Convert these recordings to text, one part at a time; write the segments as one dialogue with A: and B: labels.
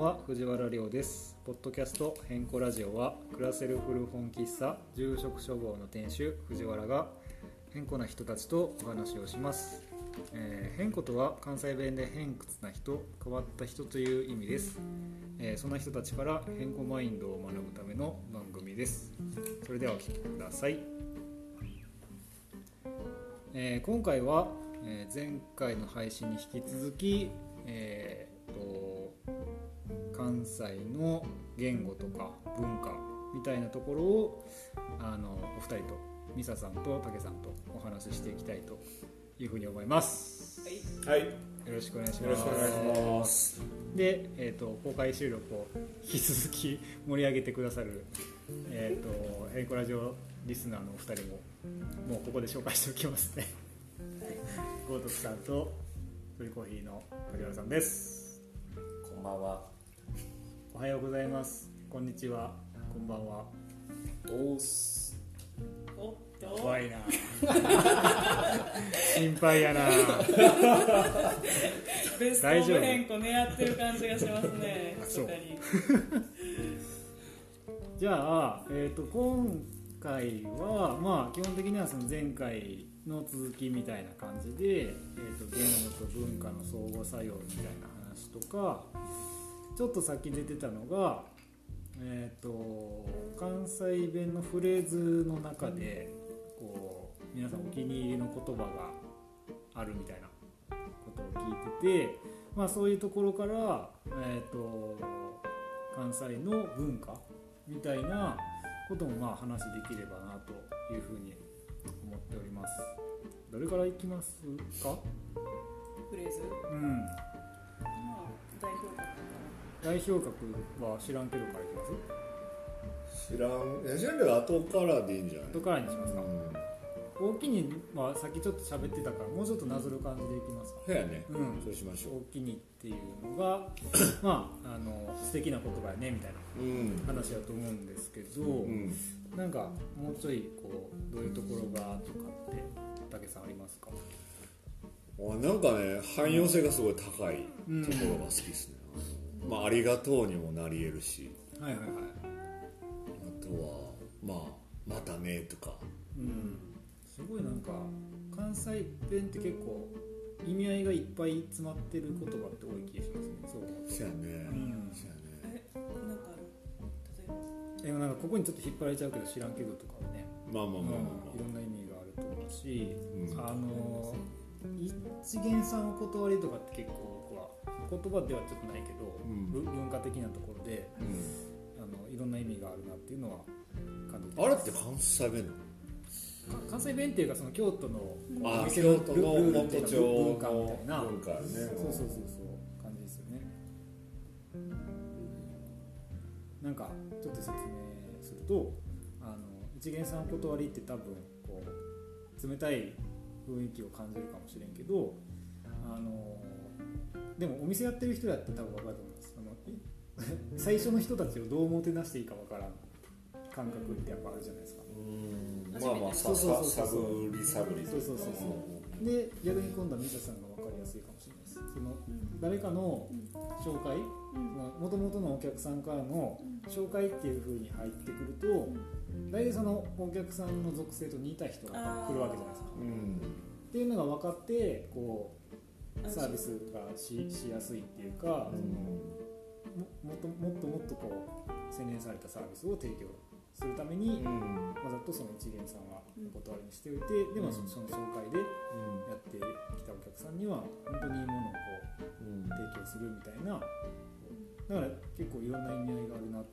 A: 原亮ですポッドキャスト「変更ラジオは」暮らせる古本喫茶住職処方の店主藤原が変更な人たちとお話をします、えー変更とは関西弁で偏屈な人変わった人という意味です、えーそんな人たちから変更マインドを学ぶための番組ですそれではお聴きくださいえー今回は、えー前回の配信に引き続き、えーと関西の言語とか文化みたいなところをあのお二人とミサさんとタケさんとお話ししていきたいというふうに思います。
B: はい、よ
A: よろしくお願いします。
B: ろしくお願いします。
A: で、えー、と公開収録を引き続き盛り上げてくださる、えー、とヘイコラジオリスナーのお二人ももうここで紹介しておきますね豪徳さんとブリコーヒーの梶原さんです
B: こんばんは。
A: おはようございますこんにちはこんばんは
B: おうす。
C: おっと
A: 怖いな心配やな
C: ベスト
A: 大
C: オ
A: 丈夫
C: ブ変更狙ってる感じがしますね
A: あ
C: 密
A: そう
C: かに
A: じゃあ、えー、と今回は、まあ、基本的にはその前回の続きみたいな感じで、えー、と言語と文化の相互作用みたいな話とかちょっとさっき出てたのが、えー、と関西弁のフレーズの中でこう皆さんお気に入りの言葉があるみたいなことを聞いてて、まあ、そういうところから、えー、と関西の文化みたいなこともまあ話できればなというふうに思っておりますどれからいきますか
C: フレーズ
A: うん
C: まあ代表格か
A: 代表格は知らんけどからいきます
B: 知らん。え、ジェンルは後からでいいんじゃない。
A: 後からにします
B: う
A: か
B: ん。
A: 大きにまあさっきちょっと喋ってたからもうちょっとなぞる感じでいきますか
B: そうやね。
A: うん
B: そうしましょ
A: 大きにっていうのが まああの素敵な言葉やねみたいな
B: う。うん。
A: 話だと思うんですけど、
B: うん。
A: なんかもうちょいこうどういうところがとかって武さんありますか
B: あ、なんかね、汎用性がすごい高い
A: うん
B: ところが好きですね。あのまあ、ありがとうにもなり得るし。
A: はいはいはい
B: あとは、まあ、またねとか。
A: うん、すごいなんか関西弁って結構意味合いがいっぱい詰まってる言葉って多い気がしますねそう
B: そうやね。
A: ん
B: そうやね。
C: えなんかある例えば
A: でもなんかここにちょっと引っ張られちゃうけど知らんけどとかはね、
B: まあまあまあまあ
A: いろんな意味があると思うし、
B: うん
A: あの一元さんお断りとかって結構僕は言葉ではちょっとないけど、
B: うん
A: ぶ文化的なところで
B: まあ。うん
A: あのいろんな意味があるなっていうのは感じて
B: あれ
A: ま
B: っ
A: す
B: て関西弁なの
A: か関西弁っていうかその京都のこう
B: あー
A: 店の
B: 京都の
A: ルルールってい
B: 元
A: う
B: 町の
A: か文化みたいな
B: 文化
A: そ
B: ね
A: うそうそうそう感じですよねなんかちょっと説明するとあの一元さんお断りって多分こう冷たい雰囲気を感じるかもしれんけどあのでもお店やってる人だって多分分かると思いますあのい 最初の人たちをどうもてなしていいか分からん感覚ってやっぱあるじゃないですか
B: うんまあまあ
A: そ
B: さ
A: うそうそう
B: さ
A: そう
B: サブリサブリ
A: そうそうそうそうで逆に今度はミサさんが分かりやすいかもしれないですその誰かの紹介もともとのお客さんからの紹介っていう風に入ってくると大体そのお客さんの属性と似た人が来るわけじゃないですか
C: あ
B: うん
A: っていうのが分かってこう
C: 安心
A: サービスがししやすいっていうかそのももっともっともっとこう洗練されたサービスを提供するために
B: うん
A: わざとその一元さんは
C: うん
A: お断りにしておいてでもそ
B: うん
A: その紹介でやってきたお客さんには本当にいいものをこう
B: うん
A: 提供するみたいなだから結構いろんな意味合いがあるなっ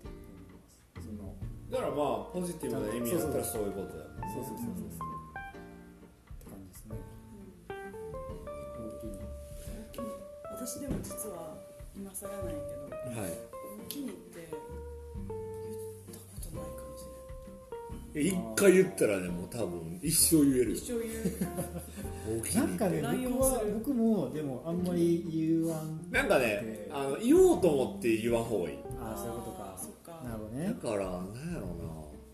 A: ていうふうに思いますその
B: だからまあポジティブな意味だったらそういうことだよね
A: そうそうそうそうそうって感じですね
C: う
A: 大き
C: ん
A: い
C: 私でも実は今更ないけど
B: は
C: お気に入って言ったことないかもしれ
B: い一回言ったらねもう多分一生言え
C: ない
B: るよ
C: 一生言う
B: 大きい
A: なんかね僕
C: 乱用す
A: は
C: る
A: 僕もでもあんまり言わん
B: なんかねあの言おうと思って言わん方がいい
A: ああそういうことか
C: あーそっか
A: なるほど
B: だ
A: ね
B: からなんやろ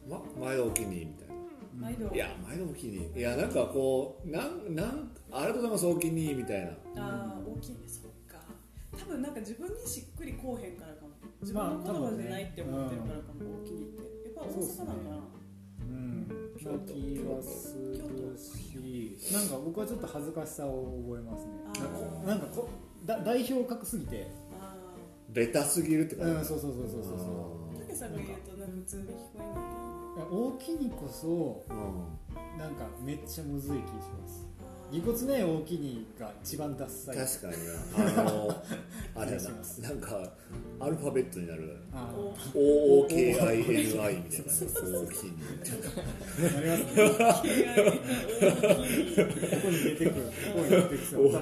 B: うなま毎度お気に入りみたいな
C: 毎度
B: いや毎度お気に入りいやなんかこうなんなんありがとうございますお気に入りみたいな
C: ああ大きいねそっか多分なんか自分にしっくりこうへんからかも自分の言葉じゃないって思ってるからかも、お気に入ってやっぱ大阪なんかな、
A: うんな気はするしなんか僕はちょっと恥ずかしさを覚えますね
C: あ
A: なん
C: ー
A: かなんかこだ代表格すぎて
C: あ
B: ベタすぎるって
A: う
B: 感
A: ん
B: じ
A: そうそうそうそうそうそう
C: あたけさんが言うとなんか普通に聞こえないけど
A: いや大きにこそ
B: あーうん
A: なんかめっちゃむずい気します
C: あー
A: ぎこちない大きにが一番ダッサい
B: 確かになあのあれや
A: お願いし
B: な
A: ます
B: なんかアルファベットになる
A: あ
C: お
A: ーなりますねここに出てくるここに出てくる頭の上
C: 気合い大きい確
B: OOKINI みたいな大きい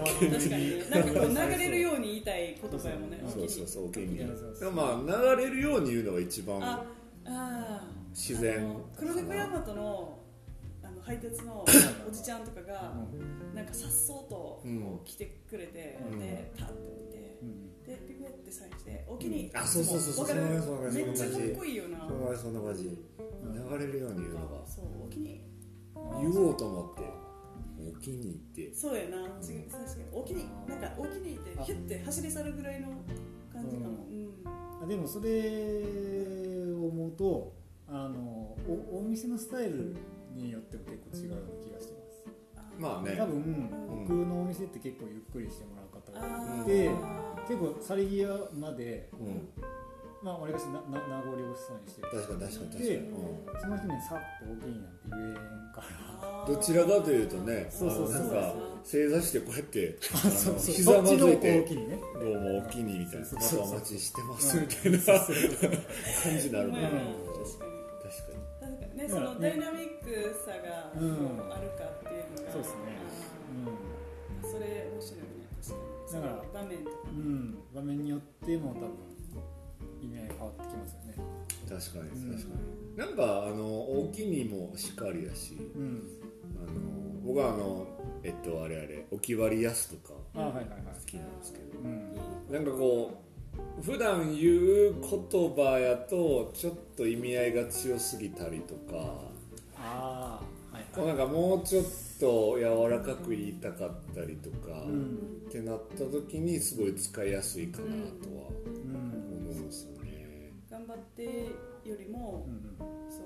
C: かにねなんかこう流れるように言いたい言葉やもんねお気
B: そ
C: に入
B: うそ
C: り
B: うそう大きいみたい
A: そうそうそ
B: な
A: う
B: まあ流れるように言うのが一
C: あ
B: 番
C: あー
B: 自然
C: あの黒猫ヤマトのあの配達のおじちゃんとかがなんかさっそうと
B: うん
C: 来てくれて、
B: うん
C: でパッて置いて
A: う、ん
C: でピピってサインして「お気に入り」
B: あそうそうそうそう
C: わかる
B: そんな感じそんな感じ
C: めっちゃかっこいいよな
B: そんな感じそんな感じ流れるように言う
C: な
B: の
C: んかそうお気に入
B: が言おうと思ってお気に入って
C: りそうやな違う確かにお気に入りなんかお気に入りってヒュッて走り去るぐらいの感じかも、
A: う
C: うん
A: あでもそれを思うとあのおお店のスタイルによっても結構違うような気がしてます
B: まあね
A: 多分
C: うん
A: 僕のお店って結構ゆっくりしてもらう方が
C: あー
A: で結構去り際まで
B: うん
A: まあわりかしなな名残惜しそうにしてる
B: 確かに確かに確かに
A: で
B: うん
A: その人にさっと大きいなんて言えんから
C: あー
B: どちらかというとね、
A: そうそうそう
B: あのなんか正座してこうやって、あ
A: あそう
B: の
A: そう
B: ひ
A: そ
B: ざ
A: っ
B: ま
A: ちの
B: ずい
A: 大
B: て
A: き、いね
B: どうもお気にみたいな、
A: そうそうそう
B: 朝お待ちしてますみたいな感じにな
C: ほ
B: る
C: んま
B: ね
C: やな
A: う。
C: 確かに
B: 確か
C: なんかね、
A: ん
C: そのダイナミックさが
A: うん
C: そうあるかっていうのが、
A: そうですね
C: あーそれ面白いね、確かに。
A: だから
C: その場面とか、
A: うん、うん、場面によっても多分意味合い変わってきますよね
B: に確か
A: うん
B: に確かに。なんかあのお気にもしかりやし、
A: うん
B: あの僕はあのえっとあれあれおきわりやすとか
A: あはいはいはい
B: 好きなんですけど、
A: うん
B: なんかこう普段言う言葉やとちょっと意味合いが強すぎたりとか。
A: ああはい
B: こうなんかもうちょっと柔らかく言いたかったりとか、
A: う
B: っ
A: ん
B: てなった時にすごい使いやすいかなとは
A: う
B: 思
A: ん
B: うんですよね。
C: 頑張ってよりも
A: う、ん
C: そう、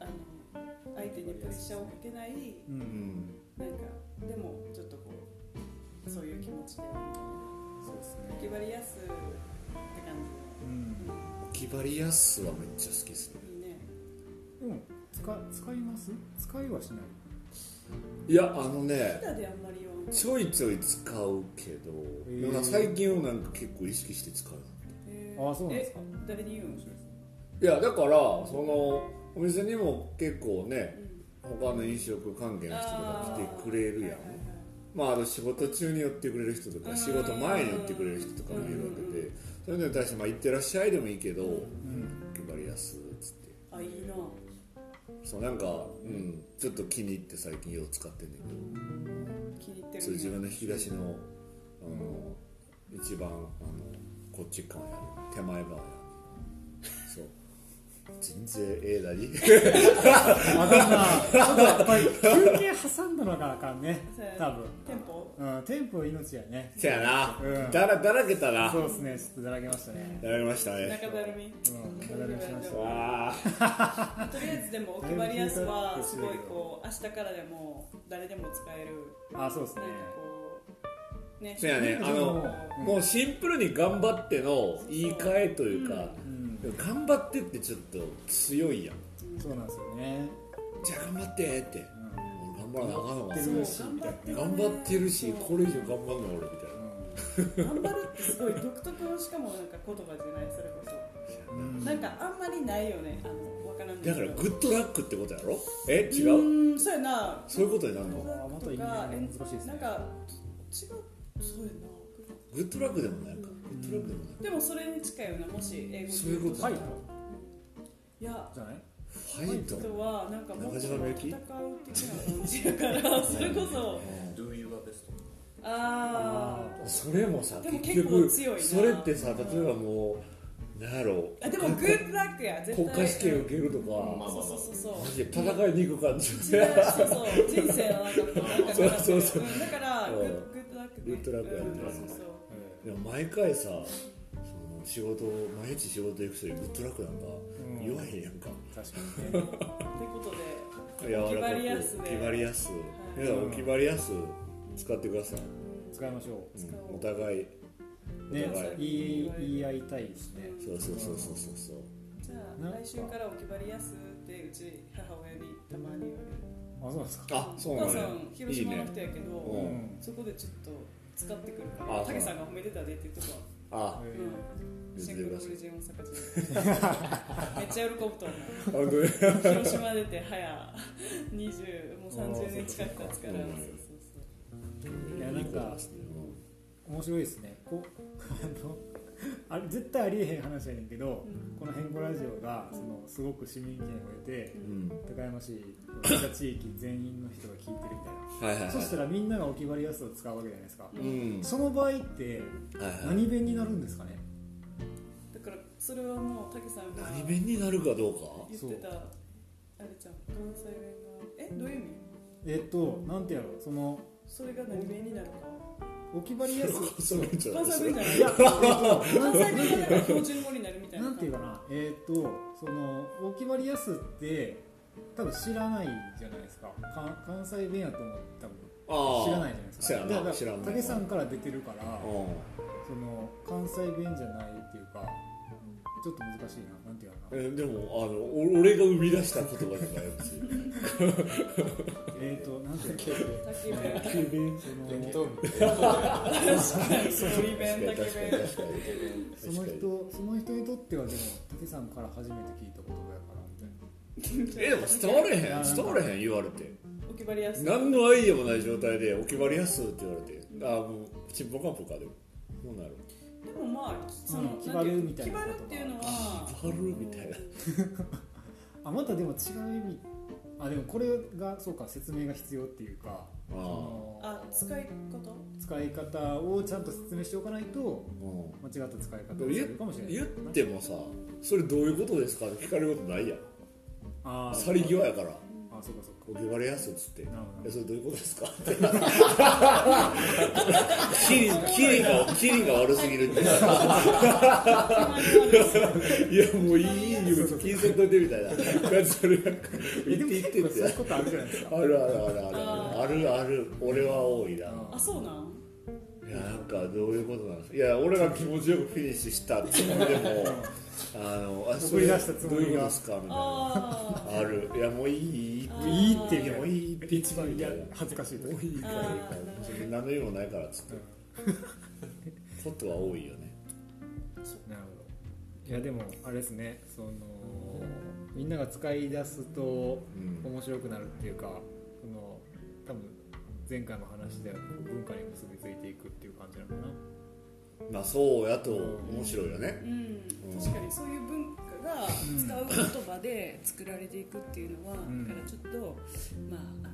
C: あの相手にプレッシャーをかけない、
A: う
B: うんん、
C: なんかでもちょっとこうそういう気持ちで、
A: そうです
C: 気
A: ね
C: 張りやすって感じ
A: うん
B: 気張りやすはめっちゃ好きですね。
C: の、いいね。
A: でも使使います使いはしない
B: いやあの
C: た
B: ね
C: だであんまり言わない。
B: ちょいちょい使うけど、
A: へえ
B: なんか最近はなんか結構意識して使う。
C: へ
A: あーそうなんですか
C: え、誰に言うん？
B: いやだからそのお店にも結構ね
C: うん
B: 他の飲食関係の人とか来てくれるやん
C: あーはいはいはい
B: まあ、あの仕事中に寄ってくれる人と
C: う
B: か
C: ん
B: 仕事前に寄ってくれる人とかもいるわけでそういうのに対して「まあ、行ってらっしゃい」でもいいけど「
A: うん
B: 気張りやす」っつって
C: あいいな
B: そうなんか、うん、ちょっと気に入って最近よう使ってんだけ
C: 気に入って
B: ど
C: る
B: そういう自分の引き出しのあの一番あのこっち側やる手前側やるそう全然ええだに
A: あかんなちょっとやっぱり休憩挟んだのがあかんね多分
C: テンポ
A: うんテンポ命やね
B: せやな、
A: うん
B: だらだらけたな
A: そうですねちょっとだらけましたね
B: やられましたね
C: 中だるみ
A: うんだらけました
B: わあ
C: とりあえずでもお決まりやすはすごいこう明日からでも誰でも使える
A: あそうです
C: な
A: ね
C: んかこうね
B: せやねあの
A: うん
B: もうシンプルに頑張っての言い換えというか、
A: うん
B: 頑張ってってちょっと強いやん
A: そうなんですよね
B: じゃあ頑張ってって
A: うん
B: 俺頑張らなあかんのかな
A: そう
C: 頑張ってる
B: 頑張ってるしこれ以上頑張んの俺み
A: う
C: 頑張るってすごい独特のしかもなんか言葉じゃないそれこ
B: たい
A: んうん
C: そなんかあんまりないよねあのわからん
B: なだからグ
C: ッ
B: ッドラックってことやろえ違う
C: うーんそうやな
B: そういうことになるの
A: あまた意味が難しいですね
C: なんか違うそうやな
B: グッドラックでもないか
C: う
B: グッドラックでもない
C: でもそれに近いようなもし英語で
B: そういうこと
A: ファイ
B: だ
A: ト
C: いや
A: じゃない
B: ファイト
C: 人はなんかもっと
B: 中
C: 戦
B: 島
C: う
B: みゆき
C: 的な感じだからそれこそ
D: Do your best
C: あ
A: あ
B: それもさ
C: でも
B: 結
C: 結構
B: 局
C: 強いな
B: それってさ例えばもうなんやろ
C: ーあでもグッドラックや絶対
B: 国家試験受けると
D: ま
B: か
D: あ
C: そうそうそうそう
B: マジで 戦いに行く感じ
C: 違うそうそう人生のなんかこうなんか
B: そうそうそうん
C: だからグ
B: うん
C: ッグッドラックね
B: グッドラックやね
C: うんそうそう
A: ー
B: でも毎回さその仕事毎日仕事行く人にグッドラックなんか
A: うん
B: 言わへんやんか、
A: 確かにね
C: ということで
B: 柔らか
C: 決ま
B: く
C: りやすね
B: 決まりやす
C: はい
B: いやお決まりやす使ってください、
A: 使いましょ
C: 使お
B: うん
C: う
B: お互いお
A: うね
B: 互
A: 言
B: い
A: い言い合いたいですね
B: そうそうそうそうそうそう
C: じゃ
A: なん
C: あ
A: か
C: 来週からお決まりやすってうち母親にたまに言われる
A: あそうなんですか
B: あそうな
C: お
B: ん
C: 母
B: だ
C: さ
B: よ
C: ん広島の人やけど
B: うん
C: そこでちょっと使ってくるから
B: あ
C: たけさんが褒めてたでっていうとこは
B: あ
A: え
C: うんシ
B: 珍
C: ン
B: し
C: ク
B: い
C: ロブリジン大阪人めっちゃ喜ぶと思う
B: 本当に
C: 広島出て早20もう30年近く経つからそうそ
B: あー
C: う
A: いやなんか
B: いいことですね
A: 面白いですねこうあのあれ絶対ありえへん話やねんけど、
C: うん
A: この「変更ラジオが」そのすごく市民権を得て
C: う
B: うん、
A: 高山市のた地域全員の人が聞いてるみたいな
B: はいはいはい
A: そしたらみんながお決まりやすさを使うわけじゃないですか、
B: うん
A: その場合って
B: はいはい
A: 何弁になるんですかね
C: だからそれはもうたけさんが
B: 何
C: 言
B: 弁になるかどう
C: ってたあれちゃん関西弁がえどういう意味
A: えっとなんてやろうその
C: それが何弁になるか
A: お決まりやす
B: かそうなんじゃない
C: 関
B: です
C: 西
B: か
C: 弁じゃない
A: いやえっと
C: 関西弁がなんか標準語になるみたいな
A: なんていうかなえっとそのお決まりやすって多分知らないじゃないですかか関西弁やと思った分
B: ああ
A: 知らないじゃないです
B: そ
A: か
B: やな
A: だから
B: 知らない
A: 武さんから出てるから
B: う
A: その関西弁じゃないっていうかちょっと難しいななんていうか
B: ん
A: な
B: えでもあのお俺が生み出した言葉だからやつ
A: えっ、となんていうの
C: たけ弁
A: その
D: 弁当みたい
C: のり弁たけ
B: 確かに
C: 弁
B: 確かに確
A: そ
B: かに
A: の人その人にとってはでも武さんから初めて聞いた言葉やからみたいな
B: えでも伝われへん
A: なんか
B: 伝われへん言われて
C: お決まりやすい
B: 何のアイデアもない状態でお決まりやすって言われてああもうちんぽかんぽかでもどうなる
C: でもまあその、
A: うん
C: なんてうの
A: 気張るみたいなこと
C: 気張るっていうのは
B: 気張るみたいな
A: あまたでも違う意味あでもこれがそうか説明が必要っていうか
B: あ
A: そ
B: あ
A: の
C: あ使い方
A: 使い方をちゃんと説明しておかないと
B: うん
A: 間違った使い方をす
B: 言
A: るかもしれない
B: 言ってもさそれどういうことですかって聞かれることないやん
A: あー
B: 去り際やから
A: あそうかそうか
B: お決まりやすっつって
A: なるほど
B: えそれどういうことですかってキリキリがキリが悪すぎる っていやもういいよ金銭取ってみたいな感じそれなんか
A: え
B: 言
A: で
B: っ
A: も
B: て言っ
A: 結
B: て
A: 構そ
B: っ
A: ういう
B: て
A: ことあるじゃないですか
B: あるあるあるある
C: あ
B: あるある俺は多いな
A: うん
C: あそうなん
B: いやなんかどういうことなんですかいや俺が気持ちよくフィニッシュしたつもりでもあのあそ
A: 送り
B: れ
A: 出したつもりが
B: どういうことですかみたいな
C: あー
B: あるいやもういいいい
C: あー
A: いいって
B: い
A: 言う
B: やも
A: の
B: ういいって
A: 一番いや
B: みたいな
A: 恥ずかしいと
B: もういいからいいからそれ何の意味もないからっつってことは多いよね
A: なるほどいやでもあれですねそのみんなが使い出すと
B: うん
A: 面白くなるっていうかその多分前回の話では文化に結びついていくっていう感じなのか
B: まあそうやと面白いよね
C: うん確かにそういう文化が使う言葉で作られていくっていうのは、
A: ん
C: だからちょっとまああの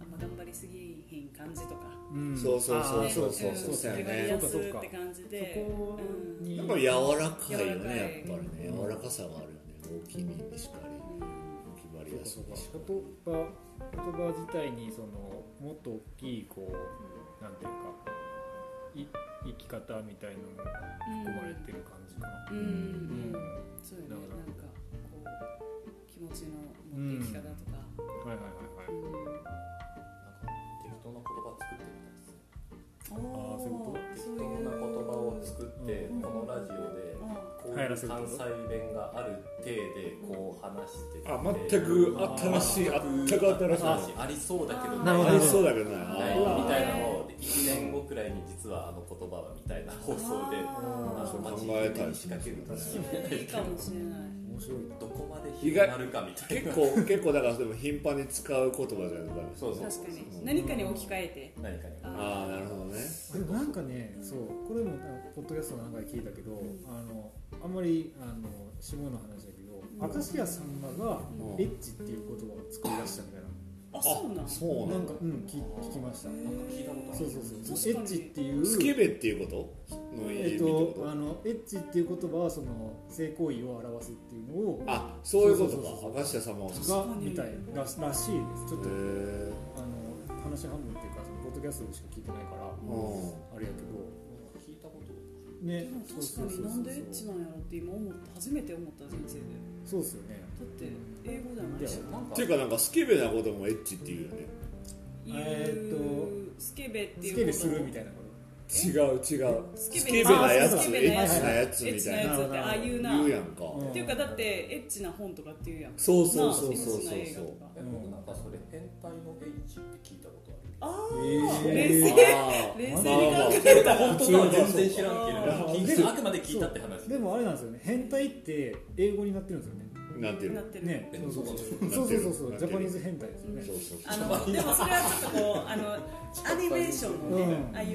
C: あんま頑張りすぎへん感じとか、
A: な、ん
B: そうそうそう
A: あー
B: そうそう
C: ね
B: そう
C: 手
B: そうや
C: がり
B: ね
C: やす
A: そうかそう
C: っ
A: か
C: て感じ
A: そ
C: で
A: こに
B: やっぱり柔らかいよね
C: 柔
B: や
C: ら
B: っ
C: か
B: ぱりね柔らかさがあるよね大きい耳しかり
C: うんうん
B: お決まり
A: そう
B: や
A: か
B: す
A: そ
B: いう
A: か
B: しか
A: 言葉言葉自体にそのもっと大きいこうなんていうかい生き方みたいなのも含まれてる感じかな、
C: うんうん
A: うん
C: そうよね
A: な
C: なん
A: るほど
C: かこう気持ちの持っていき方とか、
A: はいはいはいはい
D: 適当な言葉作ってみたいですね
A: そう
C: おー
A: いうこと
D: 適当な言葉を作って
C: うん
D: このラジオで
C: あ
D: こういう関西弁がある体でこう話してて
B: あ全く新しい全く新しい
D: 話ありそうだけど
C: なるほど
B: ありそうだけど
D: な
B: ないい
D: みたいなのを1年後くらいに実はあの言葉はみたいな放送で
C: あー
D: あの
B: 考えたり
D: 仕
B: しま
D: 掛
B: す
D: け
B: よ
D: る
B: ね
C: そ
D: と
C: れいいかもしれない
A: 面白いな
D: どこまで広がるかみたい
B: 結
D: な
B: 構結構だからでも頻繁に使う言葉じゃないです
D: そうそう
C: 確かに何かに置き換えて
D: 何かに
B: ああなるほどね
A: でもなんかねそうこれもあポッドキャストの中で聞いたけど、あのあんまりあの下の話だけど、明石家さんまが
B: うん
A: エッチっていう言葉を作り出したみたいな、
C: あそうなん
B: そうな
A: なんん
B: だ
A: か、うん、聞聞きました、
D: 聞いたことある
A: そうそうそう
C: 確
A: エ
C: かに
A: ッチっていう
B: スケベっていうことの意味
A: え
B: っ
A: って、
B: こと
A: あのエッチっていう言葉はその性行為を表すっていうのを
B: とあそういうこ
A: そうそうそ
B: とか明石家様をへ
A: が
C: 確かに
A: みたいらしらしいですちょっと
B: え
A: あの話半分っていうかそのポッドキャストでしか聞いてないから
B: うん
A: あれやけど
D: 聞いたこと
A: ね
C: でも
A: そう
C: 確
A: そ
C: か
A: うそう
C: に
A: そう
C: なんでエッチなんやろって今思った初めて思った人生で
A: そうっすよね
C: だって英語じゃない
A: い
C: し
A: や
D: なん
B: ていうかなんかスケベなこともエッチっていうよね
C: 言う、
A: えー
C: スケベっていう
A: スケベするみたい
C: な
A: なこ
B: 違う違う
C: ス
B: ス
C: ケベ
B: ケベなや
A: あ
B: つ
A: スケベな
B: エ
A: やつ
B: ッチなやつ
C: エッ
B: み
C: チ
B: た
C: ないや
B: な
C: つってああいうな
B: 言うやんか
A: うん
C: っていうかだってエッチな本とかっていうやん
B: そうそうそうそう
C: な
B: そ
C: あ
B: う
C: エッチな映画とか
D: え僕なんかそれ変態の H って聞いたことあ
C: あ
A: と
C: ー
A: え
C: 冷静
B: あー
C: 冷静
B: ま
C: に
B: あ
C: 考
B: まあ
C: え
D: る本当は全然知らんけ
A: あー
D: ど聞いたあくまで聞いたって話
A: でもあれなんですよね変態って英語になってるんですよね
B: なんていう
C: な
B: の
C: ってる、
A: ね
D: え
A: そうそうそう
B: な
A: そ
B: ん
A: う
B: て
A: そ
B: いうう
A: そ
B: の
A: うそう
B: なんていうの
A: ジャパニーズ変態ですよね
B: そうそう
C: あのでもそれはちょっとこうあのアニメーションのね、
A: うん
C: ああいう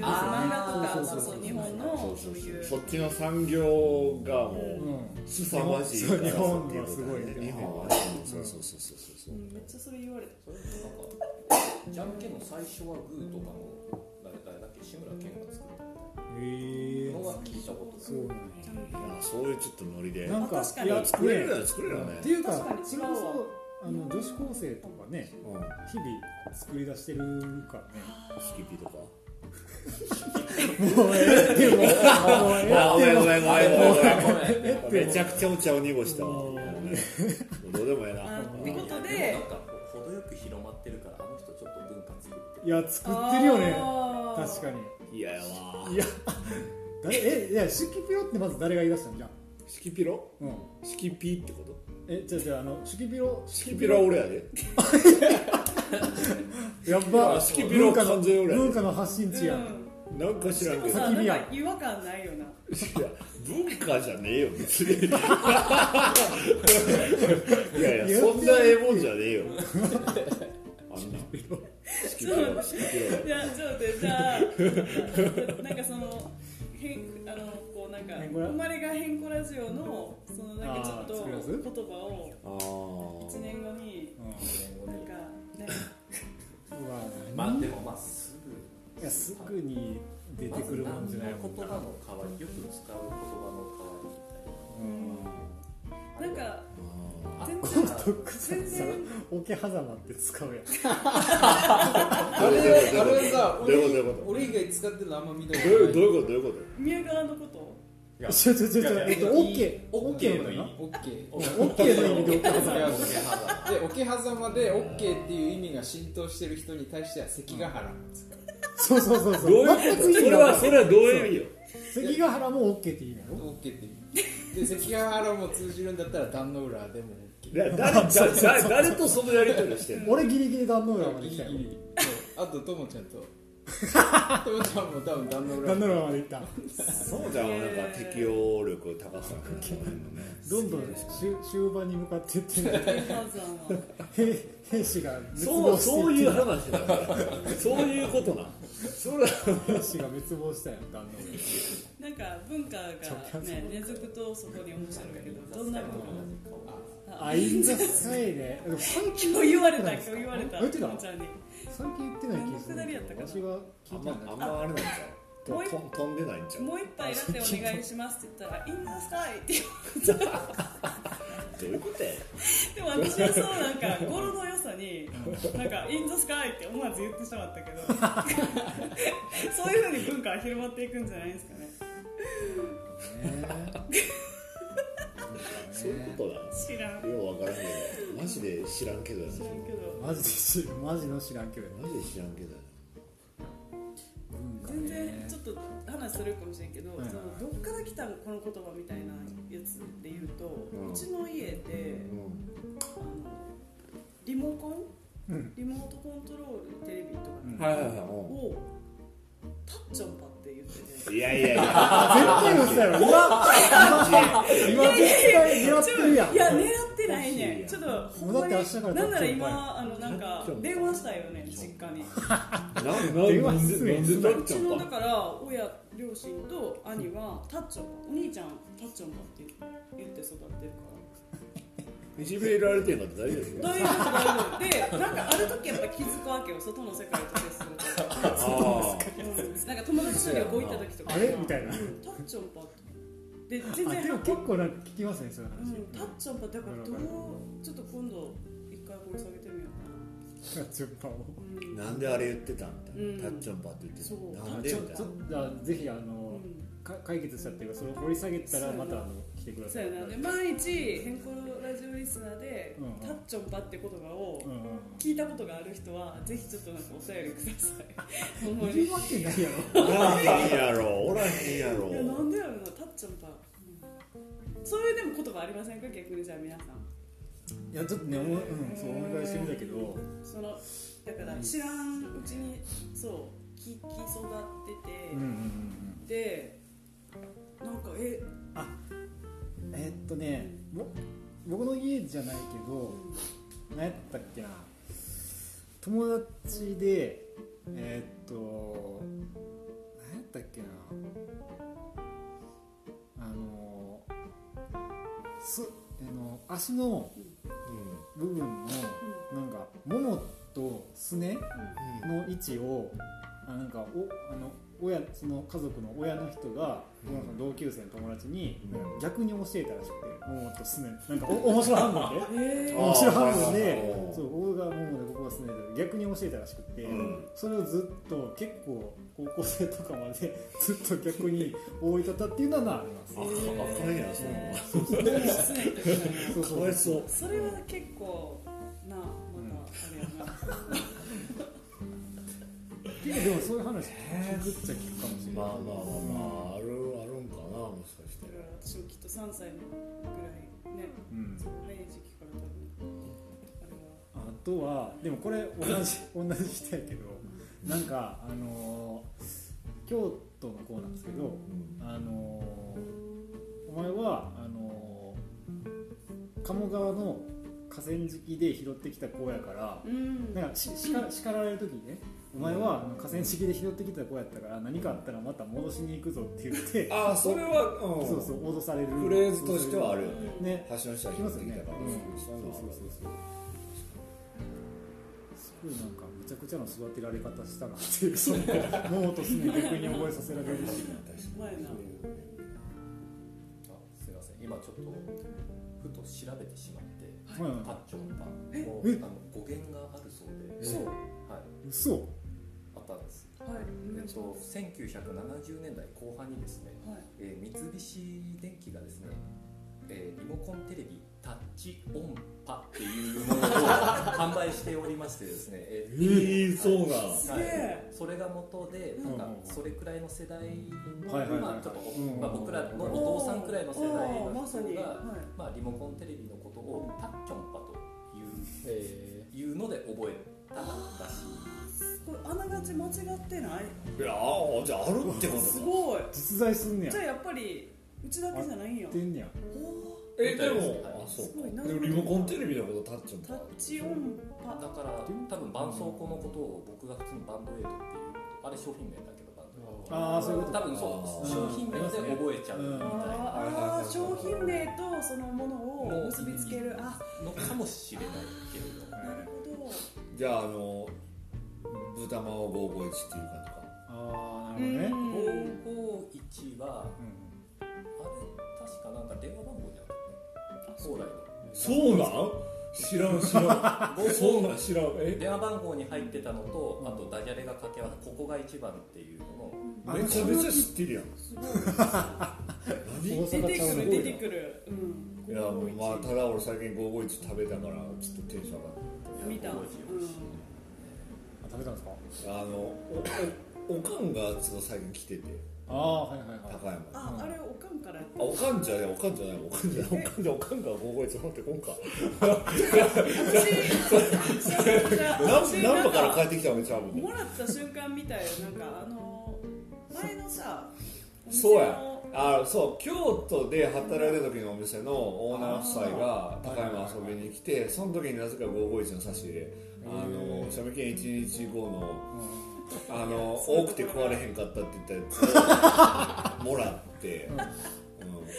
C: 漫画
D: あー
C: とかそうそう日本の
B: そう
C: そ
B: そううそう
C: いう
B: そっちの産業がも
A: う
B: うん凄まじいか
A: そ
B: ら
A: う日本は
B: そういうことだよね
A: すごい
B: 日本はそうそうそうそうそう
C: うんめっちゃそれ言われた
D: それなんかじゃんけんの最初はグーとかも誰誰だっけ志村けんが作った
A: へえ
D: のは聞いたこと
A: そうなんや
C: ちゃんと
B: いやそういうちょっとノリで
A: なんか
C: 確か
A: い
C: に
A: や
B: 作れる
A: ね
B: よね作れるよね
A: っていうか
C: 確かに
A: それこそあの女子高生とかね
B: うん
A: 日々作り出してるからね
B: スキピとか
A: もうええってもう
B: あごめんごめんごめんごめんごめん
D: え
B: めちゃくちゃお茶を濁したわ。
A: うん
B: どうでもええ
C: あ
B: な。
C: ってことで
D: なんか程よく広まってるからあの人ちょっと文化作ってる
A: いや作ってるよね
C: あー
A: 確かに
B: 嫌やわ
A: い。やだえいやシキピロってまず誰が言い出したんじゃん
B: シキピロ？
A: うん
B: シキピってこと？
A: えじゃあじゃああのシキピロ
B: シキピロは俺やで。
A: やっば
B: シキピロは完全俺や
A: 文化の発信地やん
B: なんか知
C: し
B: ら
C: か
B: ん
C: も
B: けど。い
C: さ
A: 焚き
C: なん
A: 火やん
C: か違和感ないよな
B: や文化じゃねえよ別に。いやいやそんなええもんじゃねえよ。あんな。シキピロシキピロ。
C: じゃあちょっと待ってじゃあ なんかそのへんあのこうなんか
A: へんこら
C: 生まれが変更ラジオのそのなんかちょっ
A: あー
C: と
A: 作ります
C: 言葉を
B: あ
C: 1年後になんかなんか
A: うんうわ
D: まあでもまあすぐ
A: いやすぐに出てくるもんじゃないもん
D: 言葉の代わりよく使う言葉の代わり
C: な
D: みたいな
C: んか
B: あ。
C: 全然全然
A: 桶狭間って使うやん
B: どういうことどう
E: あれあれさ俺
B: いうこと
E: 俺以外使ってるのあんま見た
B: どういう
E: こ
B: どういうことどういうこと？
C: 宮川のこと
D: いや
A: ちょちょちょちょ
D: いやいや
A: えっと
E: いい
A: OK
D: オッケ
A: OK
D: ー
A: の
D: の意味
A: な
E: とオッケー
A: オッケーの意味で桶狭間
E: いやで桶狭間でオッケーっていう意味が浸透してる人に対しては関ヶ原
A: そうそうそうそう
B: どういうこと？それはそれはどういう意味よ。
A: 関ヶ原も OK って意味やろ
E: オッケーっていうで関ヶ原も通じるんだったら壇ノ浦でもオッケ
B: だ
E: ー
B: 誰だだ誰とそのやり取りをしてんの？
A: 俺ギリギリ壇ノ浦まで
E: ギ
A: 来
E: リ
A: た
E: ギ
A: よ
E: リそうあとともちゃんとともちゃんも多分壇ノ浦
A: 壇ノ浦まで行った
B: そうじゃんなんか適応力高さが決まるのね
A: どんどん終終盤に向かっていってる
C: 宮川さんは
A: 兵兵士が滅
B: そう
A: 亡して
B: そういう
A: いっ
B: 話だからそういうことなそれは
A: て兵士が滅亡したやん壇ノ
C: なんか文化がね連続とそこに面白いけどどんな文化
A: 浦あいいんだっさいねでも最近
C: 今日言われた今日言われた
A: 言ってた
C: もちゃんに
A: 最近言ってない気がするんだけど
C: 何のくだりやったか
A: 私は
B: あ
A: 聞い
B: ん
A: て
B: ま
A: ないんだけ
B: あ
A: ど
B: んまあれなんちゃう
C: もう一
B: と飛んでないんちゃう
C: もう一杯ラテお願いしますって言ったら「インザスカイ」って言わ
B: どういうことや
C: れても私はそうなんか語呂の良さに「なんかインザスカイ」って思わず言ってしまった けどそういうふうに文化は広まっていくんじゃないですかね
B: そういうこと
C: 知らん
B: だようわからんけどマジで知らんけどやな
C: 知らんけど
A: マジでしマジの知らんけどやな
B: マジで知らんけどや
A: 文化
C: 全然
A: ね
C: ちょっと話するかもしれんけど、
A: はい
C: そのどっから来たのこの言葉みたいなやつで言うと、う
B: うん
C: ちの家で
B: なうん
C: あのリモコン、
A: うん
C: リモートコントロールテレビとか
A: うん
B: はいはいは
C: をタッチョンパって言ってて。
B: いいやいやいや
A: 絶対嘘やろ今今絶対狙ってるやん
C: いや狙ってないねんちょっとほんまに
A: もうだって明日から
C: なんなら
A: タッチョンパ
C: 今あのなんか
B: タッチョンパ
C: 電話したよね実家に
B: なな
A: 電話
B: なんで
A: 失礼
B: なんでな
C: う
B: っ
C: ち
B: ちゃう
C: の
B: の
C: だ
B: か
C: から親両親と兄はタッチョンパお兄ちゃんタッチョンパって言って育ってるから
B: いじめられてんかって大丈夫
C: 大丈夫大丈夫でなんかある時やっぱ気づくわけよ外の世界と接する
B: あ
C: と、なんか友達と旅行行った時とか
A: あれみたいな
C: うんタッチョンパってで全
A: あ
C: 然
A: でも結構なんか聞きますねそういう
C: う
A: 話、
C: ん、タッチョンパだからどうちょっと今度一回掘り下げてみよう
A: タッチョンパを
C: か
B: ー
C: な、
B: なんであれ言ってたんみたい
C: うん
B: なタッチョンパって言って
C: そう
B: たなんでみ
A: ち
B: たい
A: ょっと
B: な
A: じゃあぜひあの、
C: うん
A: か解決したっていうかそれを掘り下げたらまたあの来てくだ
C: そ
A: さ
C: う
A: い
C: やなで毎日変更ラジオリスナーで
A: うん
C: タッチョンパって言葉を
A: うんうん
C: 聞いたことがある人はぜひちょっとなんかお便りくださいほん ま
A: い
C: にい
A: るわけないや
B: お
A: ろ
B: らへんやろおらへんやろ
C: やなんでやろなタッチョンパ、うんそういうでも言葉ありませんか逆にじゃあ皆さん
A: いやちょっとね思い,、うん、そう思い返してみたけど
C: そのだから知らんうちにそう聞き育ってて、
A: うんうんうんうん
C: でなんかえ
A: えーっとねぼ僕の家じゃないけど何やったっけな友達でえーっと何やったっけなあのすあの足の
B: う
A: 部分のなんかももとすね
B: ん
A: の位置をあなんかおあの親その家族の親の人が、
B: うん
A: その同級生の友達に、
B: うん
A: 逆に教えたらしくて「ももとすね」なんかお面白半分で
C: え
B: あ
A: 面白半分
B: はいはいは
A: で
B: い
A: そう僕がももでここがすねで逆に教えたらしくて、
B: うん
A: それをずっと結構高校生とかまでずっと逆に覆い立ったっていうのはあります
B: ああかんやんそんな
A: そう
B: かわいそう
C: それは結構なまたあれやな、
A: 結構でもそういう話聞くっちゃ聞くかもしれない、
B: まあまあまあまああるあるんかなもしかして
C: だから私もきっと3歳のぐらいね
A: うん
C: そのね時期から多分あれは
A: あとはでもこれ同じ同じ人やけどなんかあのー京都の子なんですけどあのーお前はあのー鴨川の河川敷で拾ってきた子やから
C: うん
A: なんかし叱ら叱られる時にねお前はあの河川敷で拾ってきた子やったから何かあったらまた戻しに行くぞって言って
B: ああそれはうん
A: そうそう脅される
B: フレーズとしてはあるよね
C: うん
A: ね
B: 橋の下に
A: き
B: 行
A: ま
B: っ
A: す
B: て
A: よ
B: き
A: ね
B: たか。らそ
A: そうう
B: いうのはあ
A: そう
B: る
A: そうそう。すごいなんかめちゃくちゃの育てられ方したなっていう。そうもうとすね逆に覚えさせられるし。
C: 前な
D: すいません今ちょっとふと調べてしまって
A: う
D: タ
A: ん。
D: ッチョンパンも
A: え
D: あの語源があるそうで、
C: そう
D: はい、
A: 嘘。
D: あったんです、
C: はい
D: え
C: お願い
D: っ
C: しま
D: と、
C: す
D: 1970年代後半にですね、
C: はい
D: えー三菱電機がですね、えーリモコンテレビタッチオンパっていうものを販売しておりましてですね、え
B: えーそうなん
D: はい
C: すげえ
D: それが元で
A: う
D: なんんかそれくらいの世代の、
A: はいはいはい
D: まあ、ちょっと、
A: うん
D: まあ、僕らのお父さんくらいの世代
C: おー
D: の
C: まさ
D: 人
C: に、
D: が、
C: は
D: まあ、リモコンテレビのことをタッチョンパといういうので覚えたらしい
C: い、これあながち間違ってない
B: いやーじゃああるってこと
C: す
B: だ
C: ごい
A: 実在すんねや
C: じゃ。あやっぱりうちだけじゃないんや
A: やってんねや。
C: おー
B: えでもあそう
C: すごいな
B: でもリモコンテレビのことタッチョン
C: タッ
B: だ
C: チオン
D: だ
C: パ
D: から多分絆創膏のことを僕が普通にバンドエイドっていうあれ商品名だけどバンドエイド
A: ああそういうこと
D: 多
A: か。
D: 分そう商品名で覚えちゃうみたいな
C: ああ商品名とそのものを結びつけるあ
D: のかもしれないけれど
C: なるほ
B: じゃああの豚まんを551っていうかとか
A: ああな
C: ど
A: るほどね。
C: うん
D: 551はあれ確かなんか電話番号じゃなくて将来
B: そうなん知らん知らんそうなん知らん
D: の
B: え
D: 電話番号に入ってたのとあとダジャレが掛け合わせここが一番っていうのの
A: あ
B: めちゃめちゃ知ってるやん
C: すごい
B: 何
A: 大
B: い
C: 出
A: 阪
C: て
A: ちゃう
C: く
A: ね
C: る出てくるうん
B: やもうまあただ俺最近551食べたからちょっとテンション上がっ
C: 見たうん
A: あ食べたんですか。
B: たあのおおおかんがちょっと最近来てて
A: ああはいはいはい。
B: 高山にあ
C: ああれおかんからやった
B: おかんじゃねおかんじゃないおかんじゃないおかんじゃおかんが551持ってこんか
C: 私
B: 何何度から帰
C: なん
B: ってきたのちゃうもんね
C: もらった瞬間みたいよなんかあの前のさお店
B: そうや
C: の
B: あそう京都で働いた時のお店のオーナー夫妻が
A: ー
B: 高山遊びに来てその時になぜか551の差し入れあの賞味期限1日後のあの多くて食われへんかったって言ったやつをもらって、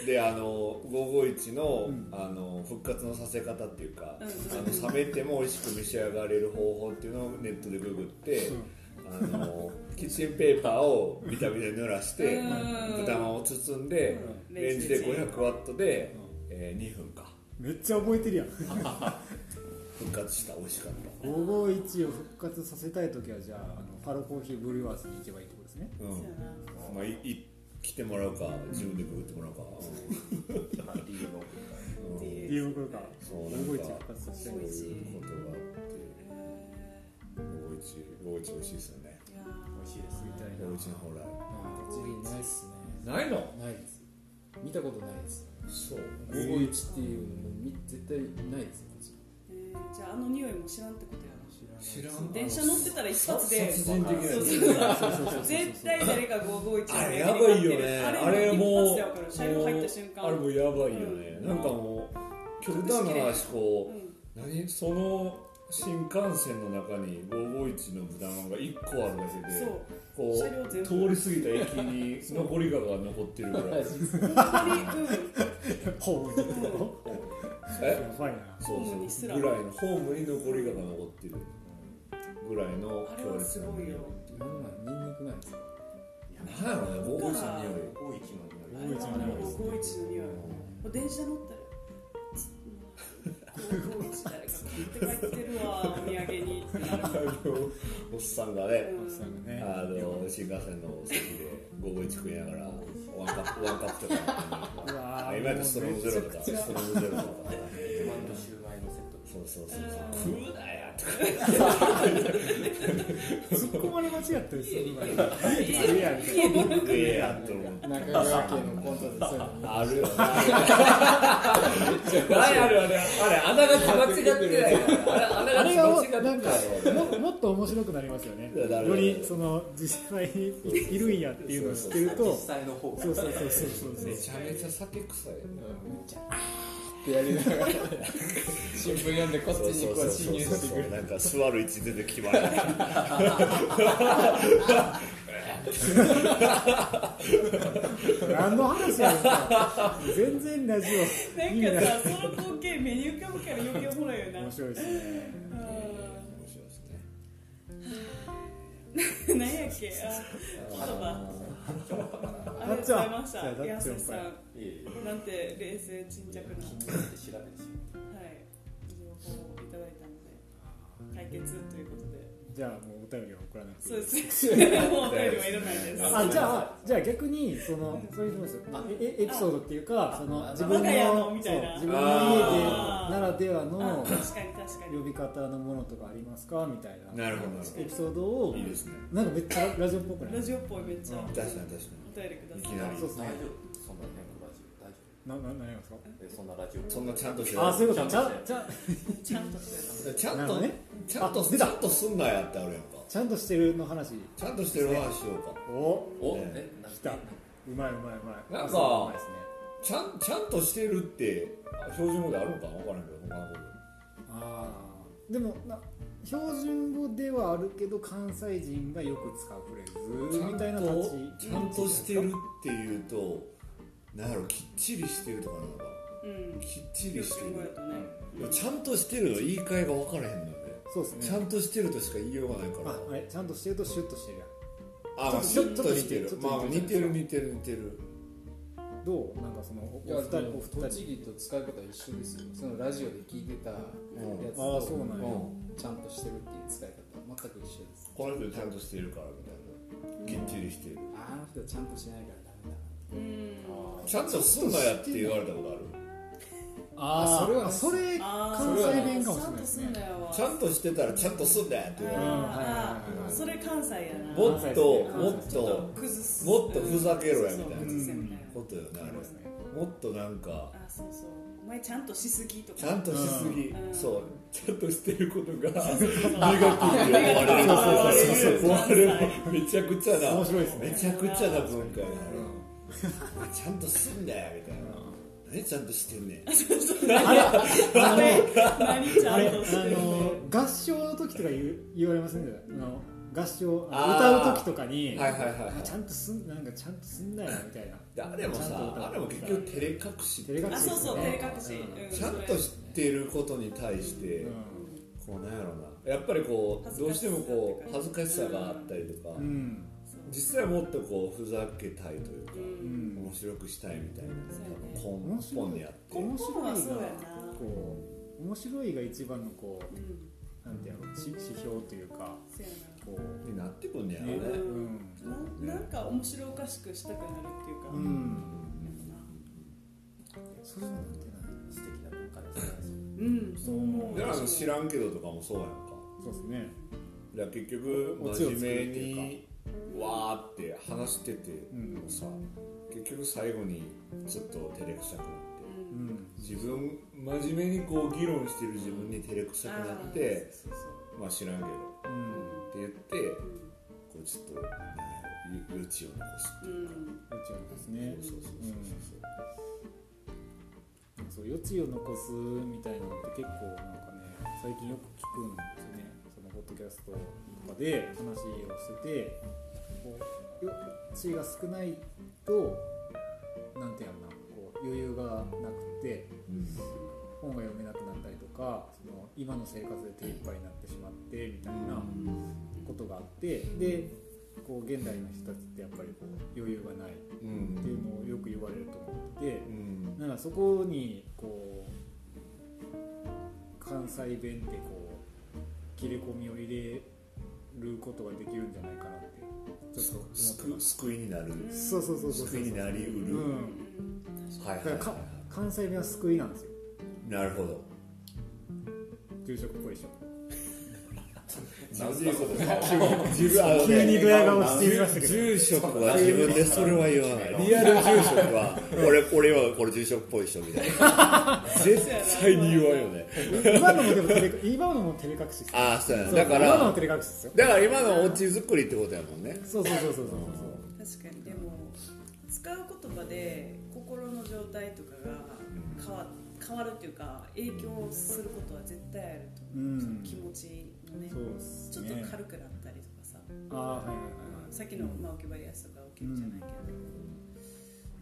B: うん、であの551の,、
A: うん
B: あの復活のさせ方っていうか、
C: うん
B: あの冷めても美味しく召し上がれる方法っていうのをネットでググって、
A: うん
B: あのキッチンペーパーをビタビタに濡らして
C: うん
B: 豚まんを包んで、
C: うん
B: レンジで
C: レンジ
B: 500ワットで、えー2分か
A: めっちゃ覚えてるやん。
B: 復活した美味しかった。
A: 五五一を復活させたいときはじゃああのファロコーヒーブリュワーズに行けばいいってことですね。
B: うん
C: そうやな
B: まあ、いい来てもらうか自分でググってもらうか、
D: まあ、理由の
B: うん
C: 理由
A: 理由空間
B: そうなんか
A: 動いち復活させ
B: そ
A: て
B: う
A: る
B: いうことがあって魚市魚市美味しいですよね
C: いや
D: 美味しいです
A: みたいなあーうちないっすね
B: 魚市の蓬莱
E: ないの
A: ないです見たことないです
B: そう
E: 午後一っていうのみ絶対ないですよこっち
C: えーじゃああの匂いも知らんってことやな
B: 知らん
C: 電車乗ってたら一発で
B: 殺人的なや
C: そ
B: つ
C: うそうそう絶対誰か551
B: あ
C: で
B: れやばいよね
C: あ
B: あ
C: れ
B: れ
C: も
B: も
C: 一発でわかる車両入った瞬間
B: あれもやばいよね、
C: うん
B: なんかもう極端な話
C: う
B: こ
C: ん
B: う、何その新幹線の中に551の豚まんが1個あるだけ
C: そ
B: で
C: う
B: こ
C: 車両全
B: う
C: 部
B: 通り過ぎた駅に残り香が残ってるぐらい
C: ほんまに
A: ホームに
C: うん
B: え
A: やばいな
B: そう
C: ホームに
B: そ
C: す
B: う
C: ら
B: ぐらいのホームに残り香が残ってるぐらいの
C: あれ
B: 強
C: は
B: 烈
C: す
B: な
C: ごいよ
E: なんなんニンニクなんですよ
B: なんやろね551の匂い
D: 大市の
C: あ
D: 匂
C: れ
D: い
C: は551の匂い もう電車乗ったら551誰か 買って帰ってるわお土産にってなる
B: あのおっさんがね
C: うん
A: そうだね
B: あの新幹線の席で551食いながらワンカップワンカップとか飲んで
A: うわ
B: あ
A: ー
B: 今やったらストロングゼロと
A: め
B: か
A: ちゃくちゃ
B: ストロングゼロとか
D: 手間とシュウマイのセット
B: そうそうそ
C: う
B: うそ
C: ん
B: う食うなやとか
A: 突っ込まれ間違ったりするから
C: 家
A: いやいや
B: 食えやと思って
E: 中川家のコントでそういうの見
B: あるよなあれあるあれあれ穴がたま違ってないからあれ
A: あ
B: 穴
A: れ
B: が
A: がも
B: たま違って
A: なんか
B: ない
A: ももっと面白くなりますよね
B: いやなる
A: よりその実際にいるんやっていうのを知ってると
D: 実
A: そ
D: 際の方が
A: うそうそうそうそうそう
B: めちゃめちゃ酒臭いよね
E: めっちゃあーってやりながら新聞読んでこっちにこう侵入してくる
B: なんか座る位置出て決まる
A: 何の話やるか全然ラジ
C: なんかさその光景目に浮かぶから余計おもろいよ
A: オ
C: な
A: 面白いですね
C: うん何やっけあ言葉ありがとうございました
A: だっちゃん
C: 安瀬さ
A: だっ
C: ん
D: いえいえ
C: なんて冷静沈着な
D: 気になって調べてし
C: はい情報をいただいたので解決ということで
A: じゃあもうお便りは送らなくていい
C: そうで すねもうお便りはいらないです
A: あじゃあじゃあ逆にそのそういうです
D: あ
A: ええエピソードっていうかその
D: あ
A: 自分の
C: 我が家のみ
A: そ
C: た
A: う
C: いな
A: 自分の家でならでは
C: あ
A: の
C: 確かに確かに
A: 呼び方のものとかありますかみたいな
B: なるほどなる
A: エピソードを
B: いいですね
A: なんかめっちゃラジオっぽくな
C: ラ
A: い
C: ジオっぽいめっちゃ
A: うん
C: お
B: 確かに確か
C: 便りくだ
B: にい
C: さ
B: き
C: い
B: なり
A: そうで
D: ま
A: すすね
D: 大丈夫そんなねラジオ大丈
A: なな何がですか
D: 夫えそんなラジオ
B: そんなちゃんとして
A: あそういうことち
D: ち
A: ゃ
D: ゃ
A: ん
D: ん
A: ちゃん
C: ちゃんとして
B: ちゃ
A: なんるほ
B: と
A: どね
B: ちゃんと
A: あ出
B: ち
A: た
B: ゃんとすんなやってあるやんか
A: ちゃんとしてるの話
B: ちゃんとしてる話しようか
A: お
D: お
B: ね
D: えなん
A: 来たうまいうまいうまい
B: な
A: あ
B: んか
A: そううまいですね
B: ちゃんちゃんとしてるってあ標準語であるのか分からんけど他のこと
A: あーでもな標準語ではあるけど関西人がよく使うフレーズみたいな立ち
B: ちゃんとしてるっていうとなんやろきっちりしてるとかなんか
C: うん
B: きっちり
C: よ
B: し
C: く
B: て
C: 言われ
B: る
C: たね
B: でもちゃんとしてるの言い換えが分からへんのよね
A: そうですね
B: ちゃんとしてるとしか言いようがないから
A: ああれちゃんとしてるとシュッとしてるやん
B: あまあ
A: ち
B: ち
A: ょ
B: ょ
A: っ
B: っ
A: と
B: と
A: 似
B: 似
A: て
B: て
A: る
B: るまあ似てる似てる似てる
A: どうなんかそのお
E: いや
A: お二人
E: でも
A: お二
E: 栃
A: 人
E: 木と使い方一緒ですよそのラジオで聞いてたやつ
A: うんあー
E: と
A: そうなんや
E: ちゃんとしてるっていう使い方全く一緒です
B: この人ちゃんとしてるからみたいなきっちりしてる
E: あの人ちゃんとしないからダメだ
C: うん
B: ちゃんとすんなやって言われたことある
A: あ
E: あそれは
A: あそれ
C: あ
A: 関
C: ー
A: 西弁かもしれないです
C: ちゃんとすん
A: ね
C: なよは
B: ちゃんとしてたらちゃんとすんなやって言われる
C: あ
A: うんはいはいはいは
C: ー
A: い
C: それ関西やな
B: も
A: っと
B: っと
A: も
B: も
A: っ
B: っ
C: ちょっ
B: と
C: と崩す
B: もっとふざけろや
C: うん
B: みたいな
C: そう崩せみたいな
B: ことよねあ
A: そうです
B: れ
A: ね
B: もっとなんか
C: あそうそうお前ちゃんとしすぎとか
B: ちゃんとしすぎ、
C: うん
B: そうちゃんとしてることが
C: そう
B: ネガティブで終われる
C: そうそうそうそう
B: あれもめちゃくちゃな
A: 面白いですね
B: めちゃくちゃな文化やなあれちゃんとすんだよみたいな何ちゃんとしてんねん
C: あれ何ち
A: あ
C: ゃ
A: れ
C: ん
A: あ
C: としてる
A: の合唱の時とか言う言われませんでしたあの合唱
B: あー
A: 歌う時とかに
B: はいはいはいはい
A: あちゃんとすんなんかちゃんとすんなよみたいな
B: であれも
A: ちゃんと歌う
B: さあれも結局照れ隠し
A: 照れ隠
C: あ
A: し
C: そうそう照れ隠し
A: う
C: う
B: ちゃんとしてることに対して、こうなんやろなやっぱりこう
C: 恥ず
B: ど
C: か
B: う
C: し
B: し
C: さ
B: てもこ
C: って
B: う
C: 感
B: 恥
C: じ
B: ずかしさがあったりとか、
A: うんうん
B: 実際はもっとこうふざけたいというか、
C: う
A: うんん
B: 面白くしたいみたいな
C: そう
B: 多分
A: 面白い
B: 根本にあって
A: 面
C: 本
A: 白
C: はいそうや
A: が
C: な
A: こう面白いが一番のこう
C: うん
A: なんてやろう指指標というか
C: せやな
A: こう
B: になってくんねやろ
A: ね
B: ね
A: う
C: ななんか面白おかしくしたくなるっていうか、
A: ん、う
C: うん
A: ん、それはなんてない
D: 素敵な文化ですね
C: そう思う
B: だから知らんけどとかもそうやんか
A: そうですね
B: だから結局
A: オチを
B: 真
A: 作るって
B: 面目
A: い
B: にわーって話してて
A: ん
B: もさ結局最後にちょっと照れくさくなって
A: うん
B: 自分真面目にこう議論してる自分に照れくさくなって
C: そうそうそう
B: まあ知らんけど
A: うん
B: って言ってこうちょっとなんやろ余地を残すって
C: う
B: いうんか
A: 余地を残すね
B: そうそうそうそ
A: そ
B: う
A: う余地を残すみたいなのって結構なんかね最近よく聞くんですよねそのポッドキャストとかで話をしててこう余地が少ないとなんてやろなこう余裕がなくて
B: うん
A: 本が読めなくなったりとかその今の生活で手一杯になってしまってみたいなことがあってでこう現代の人たちってやっぱりこう余裕がないっ
B: う
A: ていうんのをよく言われると思ってて。
B: うん
A: なんかそこにこう関西弁ってこう切れ込みを入れることができるんじゃないかなってちょっと思って
B: 救
A: ます
B: 救いになる
A: そうそうそうそう
B: 救いになりう
A: う
B: る
A: ん
B: はい
A: だ
B: はい
A: からか
B: は
A: 関西弁は救いなんですよ
B: いなるほど
A: 住職っぽいでしょ
B: なんでいうことか 急に
A: 急にドヤ顔してみましたけど
B: 住職は自分でそれは言わない
A: リアル
B: 住職は俺これはこれ住職っぽい人みたいな絶対に言わんよね
A: 今のもでも照れ今のも照れ隠しです
B: ああそうやな
A: そう
B: だか
A: 今のも
B: ら
A: 照れ隠しですよ
B: だから今のお家作りってことやもんね
A: そうそうそうそうそう
C: 確かにでも使う言葉で心の状態とかが変わ変わるっていうか影響することは絶対あると思う、
A: うん
C: 気持ちのね
A: そうそうっす
C: ちょっ
A: ね
C: と軽くなったりとかさ、
A: ああはいはいはいはい
C: さっきの、まあ、オケバリアスとかオケルじゃないけど、そう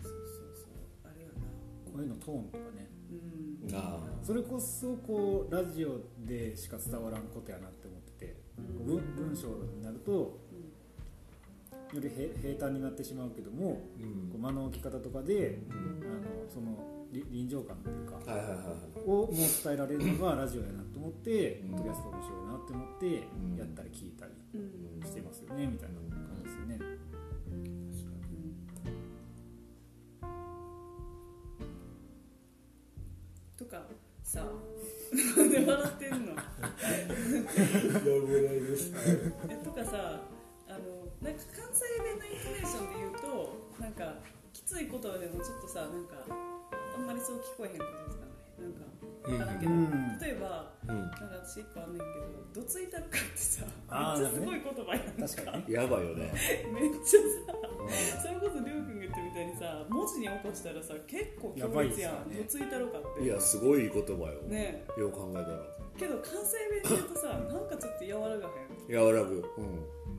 C: そうそうあるよな
A: 声のトーンとかね
C: うん
B: あ
A: それこそこうラジオでしか伝わらんことやなって思ってて文文章になるとより平平坦になってしまうけども
B: あ
A: こう間の置き方とかであのそのり臨場感っていうか
B: はいはいはいはい
A: をもう伝えられるのがラジオやなと思って
B: うん
A: ポッドキャスト面白いなって思
B: ん
A: ってやったり聞いたり
C: うんうん
A: してますよねみたいな感じですよね。
C: とかさ なんで笑ってんのえとかさあのなんか関西弁のイントネーションで言うとなんかきつい言葉でもちょっとさなんかあんまりそう聞こえへんこととかないなんかあるけど、
A: うん
C: 例えば
B: うん
C: なんか私一個あんねんけど「どついたるか」ってさ
A: あー
C: めっちゃすごい言葉やんか
A: 確かにね
B: やばいよね
C: めっちゃさそれこそりょうくんが言ったみたいにさ文字に起こしたらさ結構強烈やん
A: やばいっすよね
C: どついたろかって
B: いやすごい言葉よ
C: ね
B: よう考えたら
C: けど関西弁で言うとさなんかちょっと柔らか
B: 柔らぐ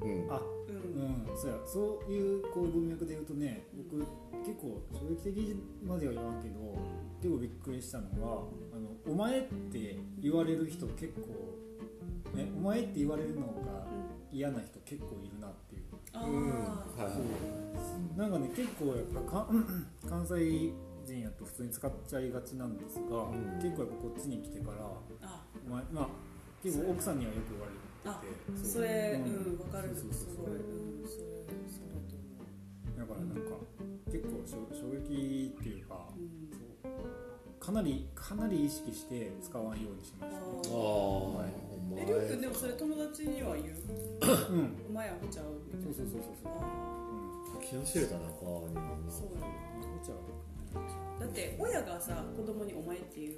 B: うんうん
A: あ
C: へんう
A: うんん、そうやそういうこう文脈で言うとね僕結構衝撃的までは言わんけど結構びっくりしたのは「あのお前」って言われる人結構、ね「お前」って言われるのが嫌な人結構いるなっていう
C: ああ
B: うんはいはい
A: なんかね結構やっぱか 関西人やと普通に使っちゃいがちなんですが、
B: ん
A: 結構やっぱこっちに来てから「
C: あ
A: お前」まあ結構奥さんにはよく言われる
C: あ
A: ってて
C: それ
A: う
C: うんんわかる
A: そ
C: す
A: うそうそう
C: ごいうんそれそうだと思
A: だからなんか結構しょ衝撃っていうか
C: ううん
A: そうかなりかなり意識して使わんようにしま
C: あ
A: したね
B: ああ
C: ー
B: お
C: えりょうくん
B: 前
C: でもそれ友達には言う
A: うん
C: お前アホちゃうみたいな
A: そうそうそうそうそう
C: あ
A: うん
B: 気の知れたな川にも
C: ーそうだね
A: あお茶
C: だって親がさ子供にお前って言う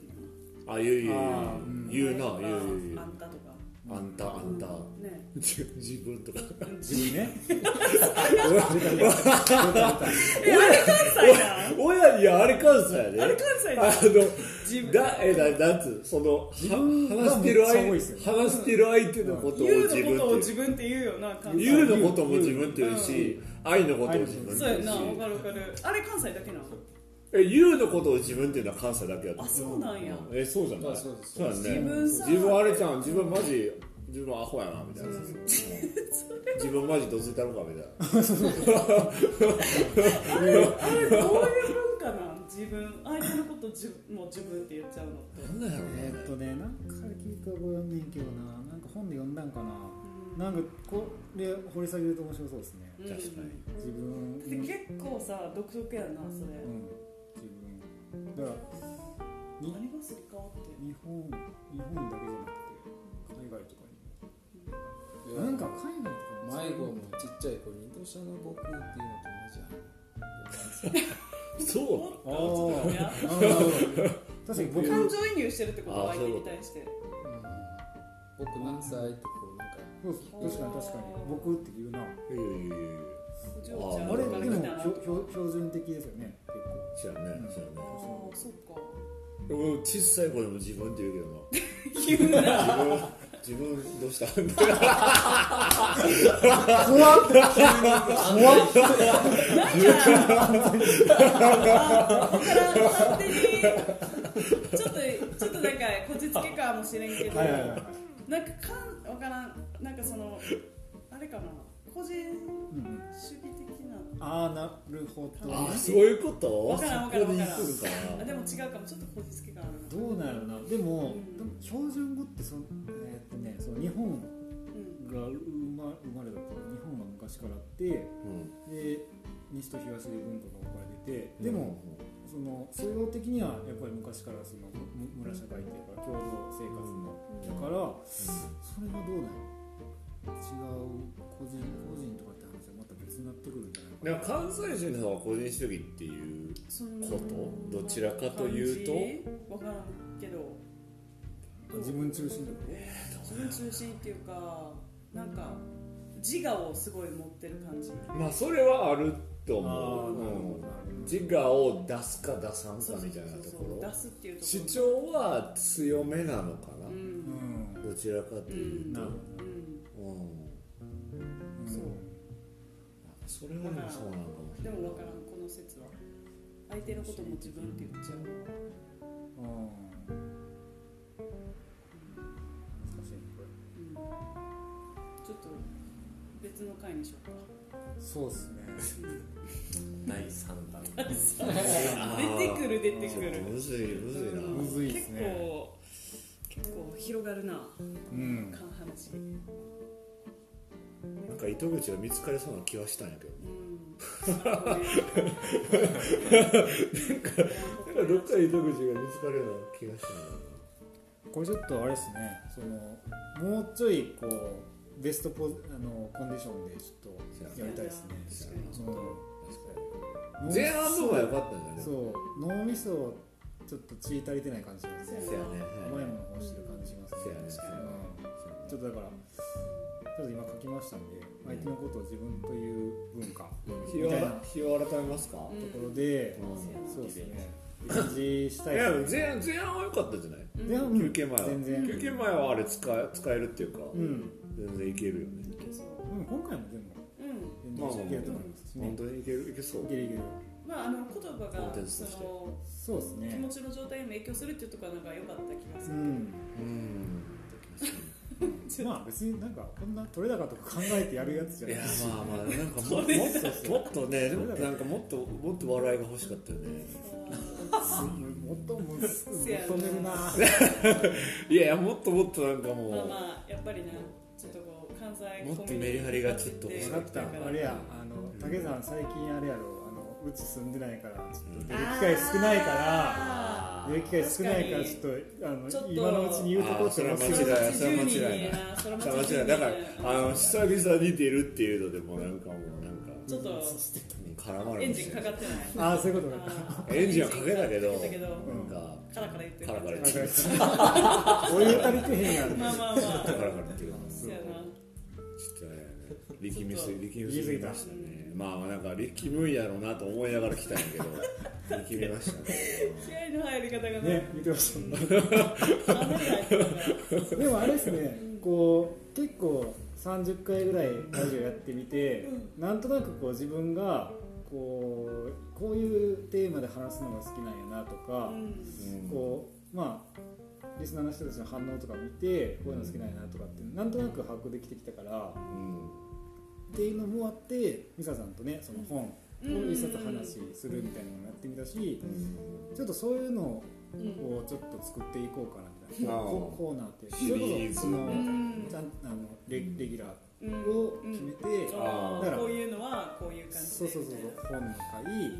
C: の
B: なあ言う言
A: あーう
B: うん言う言う
C: お
B: な
C: 前
B: 言
C: とか
B: う言う言
C: あ
B: うん
C: たとか
B: あんたあ んた
C: ね
B: 自自分とか
A: 自分 ね
C: えあれ関西だ
B: 親いやあれ関西やね
C: あれ関西だ
B: あ
C: 自
B: の
C: 分
B: だえななんつうそのは話してる
A: めっちゃ多いっすよ
B: 相話してる相手のことを
C: 言う
B: 自
C: のことを
B: 分って
C: 自分って言うよな関
B: 言う
C: 西
B: のことも自分って言うし愛のことを自分って
C: そうやな
B: 言
C: わかる
B: うし
C: わかるあれ関西だけなの
B: え言うのことを自分っていうのは関西だけやと
C: あそうなんや
B: えそうじゃない
E: あそうです
B: そうやんね
C: 自分さ
B: 自分あれじゃん自分マジ自分アホやなみたいな自分マジどついたのかみたいな
C: あれどういう文化なん自自分相手のこと自分もう自分って言っちゃうのと、
B: なんだろう
A: え
B: ね
A: ーっとねなんか聞いた覚えあんねんけどななんか本で読んだんか
C: うん
A: ななんかこれ掘り下げると面白そうですね
C: うん
B: 確
A: 自分
C: で
B: かに
A: の
C: 結構さ独特やなそれ、
A: うん自分だから
C: 何
A: に
C: がするかって
A: 日本日本だけじゃなくて海外とかにもなんか海外とか
E: 迷
A: も
E: 子もちっちゃい子に「どうしたの僕」っていうの
B: そ
E: と同じ
B: う
C: あー
A: ああなるほど確かに僕
C: 感情移入してるってこと
B: あ
C: 相
B: ーそ
C: 手
B: ういう
C: に
B: こと
C: 対して
E: 僕何歳ってこうなんか
A: そうです確かに確かに僕って言うない
B: やいやいやいや
C: お嬢ちゃん
A: あれ
C: と
A: でも
C: かみたいな
A: ひ
C: あ
A: ょひょ標準的ですよね結構
B: そうやねそうやね
C: あーそっか
B: 俺小さい子でも自分って言うけどな
C: 言うな
B: 自分自分どうしたんだ
C: ここから勝手にちょっとちょっとなんかこじつけかもしれんけど、なんかかんわからんなんかそのあれかな個人
A: うんうん
C: 主義的な
A: ああなるほど
B: あ
A: ね
B: そういうこと
C: わからんわからんわからん
B: そこに行く
C: あ
B: んか
C: でも違うかもちょっとこじつけがある
A: どうなるなでもでも標準語ってそのえーっとねその日本
C: うん
A: が生ま生まれたと日本が昔からあって
B: なうん
A: で西と東で文化が分かれててでも、その西洋的にはやっぱり昔からそのむ村社会っていうか共同生活のだからそれがどうだよ違う個人個人とかって話はまた別になってくるんじゃない
B: なんか関西人の方は個人主義っていう
C: そんな
B: ことどちらかというと
C: 感じわからんけど
A: 自分中心だ
C: 自分中心っていうかなんか自我をすごい持ってる感じ
B: まあそれはあると思
A: あ
B: う
A: ーなるほどなる
B: うん自我を出すか出さん
C: そ
B: か
C: うそう
B: みたいなと
C: そう
B: こ
C: そう
B: ろ
C: 出すっていうとこ
B: 主
C: ろ
B: 張は強めなのか
C: う
B: な、
A: うんん
B: どちらかというと、
A: なるほど
C: うん
B: うん
C: そう
B: それはでもそうなのかもし
C: で
B: れない
C: もわからんこの説は相手のことも自分って言っちゃう
A: うん難しいねこれ
C: うんちょっと別の回にしようか
A: そうっすね
D: 第3弾
C: 出てくる出てく
B: ちょっと
C: る
B: むずいむずいな、
C: うん
A: むずいっすね
C: 結構結構広がるな
A: うん
C: か話
B: なんか糸口が見つかりそうな気はしたんやけど
C: うんなるほどね
B: なんかどっかで糸口が見つかるような気がした
A: これちょっとあれですねそのもうちょいこうベストポジあのコンディションでちょっとやりたいですね
C: 確かにちょっ
A: うん
B: 前半の方が良かったんじゃない
A: そう脳みそをちょっと血足りてない感じがする
C: そう
B: せやね
A: 甘いもの欲してる感じします
B: せやねせやね
A: うんちょっとだからちょっと今書きましたんで相手のことを自分という文化
B: 日を日を改めますか、
C: うん
A: ところで
C: うん
A: そうですね感じしたい
B: いや
A: ですね
B: 前半前半は良かったじゃない
A: 前半うん
B: 休憩前は
A: 全然
B: 休憩前はあれ使え使えるっていうか、
A: うん
B: 全然いけるよ
C: い
B: ね
C: けそう
A: うん今回も全部
C: う
A: 全
C: ん
A: 然いけると思いますしね
B: 本当にいけるいけそ
A: い
B: う
A: けるいける
C: まああの言葉
B: コンテ
C: が
B: ンツ
C: そ
B: として
C: の
A: そうです
C: 気
A: ね
C: 持ちの状態にも影響するっていうところはなんか良かった気がす
A: う
C: る
A: ん
B: うん
A: まあ別になんかこんな取れ高とか考えてやるやつじゃ
B: い
A: な
B: や
A: いし
B: まあまあなんかもっと
A: れ
B: もっともっとねでもなんかもっともっと笑いが欲しかったよね
A: もっとむす
C: せやな
A: 求めるない
B: やいやもっともっとなんかもう、
C: まあまあやっぱりなちょっとこう関西
B: もっとメリハリがちょっと欲し
A: 分かったあれやあの竹さん最近あれやろあのうち住んでないからちょっと出る機会少ないから
C: あ
A: 出る機会少ないからちょっとあ
C: ちょっ
A: の
C: と
A: 今のうちに言うとこってます
C: ー
B: あーそれは間違いない
A: よ
B: それは間違いない
C: それは
B: さあ
C: 間違
B: 間違
C: いな
B: いないいだからあの久々に出るっていうのでもなんかもうなんか
C: ちょっと
B: 絡まる
C: エ
B: ん
C: ン
B: で
C: ジン
B: すよ
C: かかってない
A: ああそういうことか
C: あー
B: エンジンはかけたけど
C: かけたけど
B: なんか
C: カラカラ言ってる
B: カラカラ言
A: わかりましたお湯足りてへんやん
C: まあまあまあ
B: カラカラっていうか
C: そうやな
B: ちょっとね力みすぎ力み
A: 言い
B: す
A: 過
B: ぎ
A: ぎた
B: ましたねまあまあなんか力むんやろうなと思いながら来たんやけど力みましたね
C: 気合の入り方が
A: ね
C: ね
A: 見てました
C: かなり入ってたから
A: でもあれですね、こう結構30回ぐらいラジオやってみて、なんとなくこう自分がこうこういうテーマで話すのが好きなんやなとか
C: う、ん
B: うん
A: こうまあリスナーの人たちの反応とか見てこういうの好きなんやなとかってなんとなく把握できてきたから
B: うん
A: っていうのもあって美沙さんとねその本を一冊話するみたいなのもやってみたしちょっとそういうのををちょっと作っていこうかなみたいな
B: あー
A: ココーナーって
B: シリ
A: それ
B: ー
A: こ
B: ズ
A: そその
C: うん
A: ちゃんあのレレギュラ
C: うん
A: ーを決めて
C: うん
B: あ
A: ー
C: こういうのはこういう感じで
A: そうそうそう
C: み
A: そ
C: たい
A: う本の会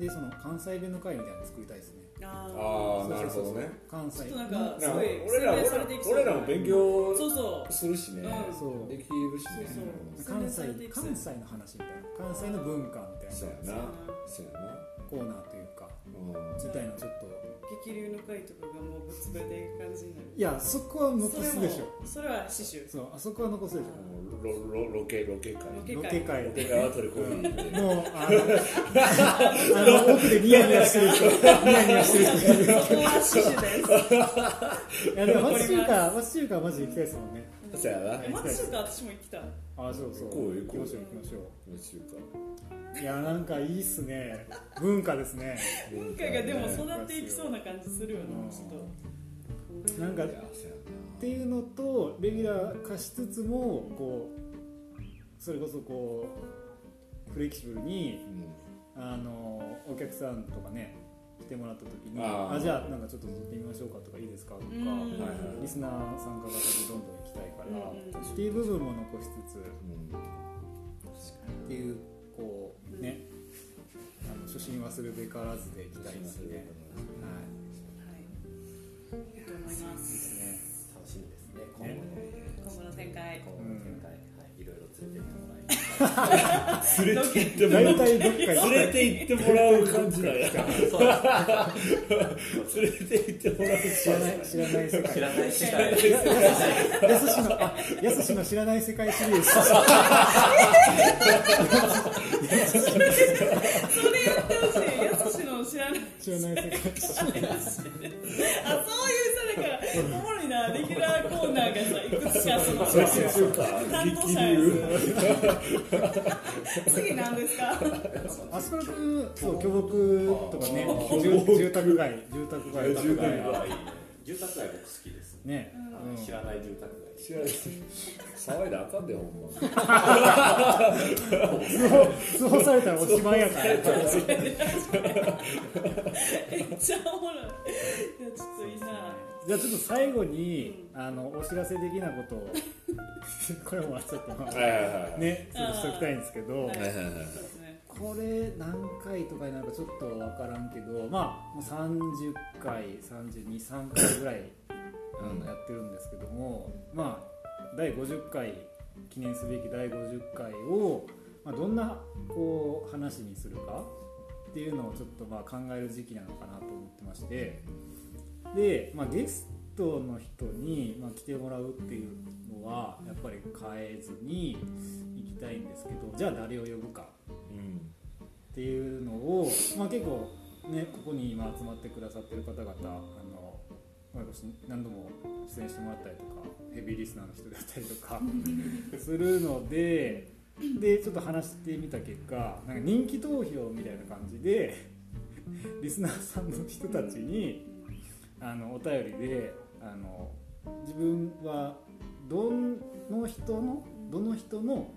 A: でその関西弁の会みたいなの作りたいですね
C: なあー
B: ああなるほどね
A: 関
C: ちょ
A: 西
C: っとなんか
B: な
C: す
B: んか
C: ごい
B: 俺ら
C: 洗練されていきそう
B: 俺らも勉強
C: そうそう
B: するしね
C: うん
A: そう
E: できるし
C: そう
E: ね
C: そう
A: 関
C: 洗練さ
A: 西
C: れていきそう
A: 関西の話みたいな関西の文化みたい
B: そう
A: な
B: やなそうやな
A: コーナーというか
B: うん
A: みたいなちょっと
C: 激流の回とかがもうぶつぶれていく感じになる
A: いやそこは残すでしょ
C: それもそれは刺繍
A: そうあそこは残すでしょ
B: ロロロケロケ会
C: ロ
A: ロケ
C: ケ
A: 会
B: ロケ
A: で
B: 会は取り込んで
A: もうあのあの奥でニヤニヤしてる人ニヤニヤしてる人
C: そこは刺繍です
A: いやでも町中華町中華はマジで行きたいですもんね
B: そうやな
A: はい
C: 松中華私も行きたい
A: ああそうそう
B: 行こうよ
A: 行きましょう行
B: 行
A: きましょ
B: 中
A: ういやなんかいいっすね文化です ね
B: 華
C: 文化がでも育っていきそうな感じするよ
A: う
C: なんちょっと
A: なんかっ
B: いやそうやな
A: ていうのとレギュラー化しつつもこうそれこそこうフレキシブルに
B: う
A: あのお客さんとかね来てもらった時に
B: あ
A: あ
B: ー
A: じゃあなんかちょっと撮ってみましょうかとかいいですかとか
C: うん
B: はいはい
A: リスナー参加型でどんどん行きたいか
C: うんうん
A: らっていう部分も残しつつっ
B: ん
A: ていうこうねあの初心忘るべからずで行きたいですね。はい
C: はいいいと思います
D: 楽しみですね今
A: ね
D: 後の
C: 今後の展開
D: 今後の展開、はい、いろいろ連れてってもらい
B: 連れて行っても
A: 大
B: ら
A: 体どっか行
B: う
A: っ
B: 連れて行ってもらう感じだよ連れて行っ
D: た
B: てもらう
A: 知らない知らない世
D: 知
A: 界
D: らない世界
A: やすしのあやすしの知らない世界シリーズ
C: それやってほしいやつしの知らない
A: 知らない世界
C: あそういうさだからおもろいなレギュラーコーナーがさいくつかその担当者やつ次なんですか
A: あそこら辺そう巨木とかね
B: あー
A: 住住宅街住宅街
B: 住宅街
D: 住宅街僕好きです、
A: ね、うん
D: 知らない住宅
B: 知らない騒いだらあかんでほんま
A: 通報されたらおしまいやから
C: めっちゃおもろいいやちょっといいな
A: じゃあちょっと最後にあのお知らせ的なことを これもちょっとま
B: はいはいはい
A: あねちょっとしときたいんですけど
C: はい
B: はいはいはい
C: そうですね
A: これ何回とかになるかちょっと分からんけどまあもう30回323回ぐらいあ
B: うん
A: のやってるんですけどもまあ第50回記念すべき第50回を、まあ、どんなこう話にするかっていうのをちょっとまあ考える時期なのかなと思ってましてで、まあ、ゲストの人にまあ来てもらうっていうのはやっぱり変えずに行きたいんですけどじゃあ誰を呼ぶか。
B: うん
A: っていうのを、まあ、結構、ね、ここに今集まってくださってる方々あの私何度も出演してもらったりとかヘビーリスナーの人だったりとかするのででちょっと話してみた結果なんか人気投票みたいな感じでリスナーさんの人たちにあのお便りであの自分はどの人のどの人の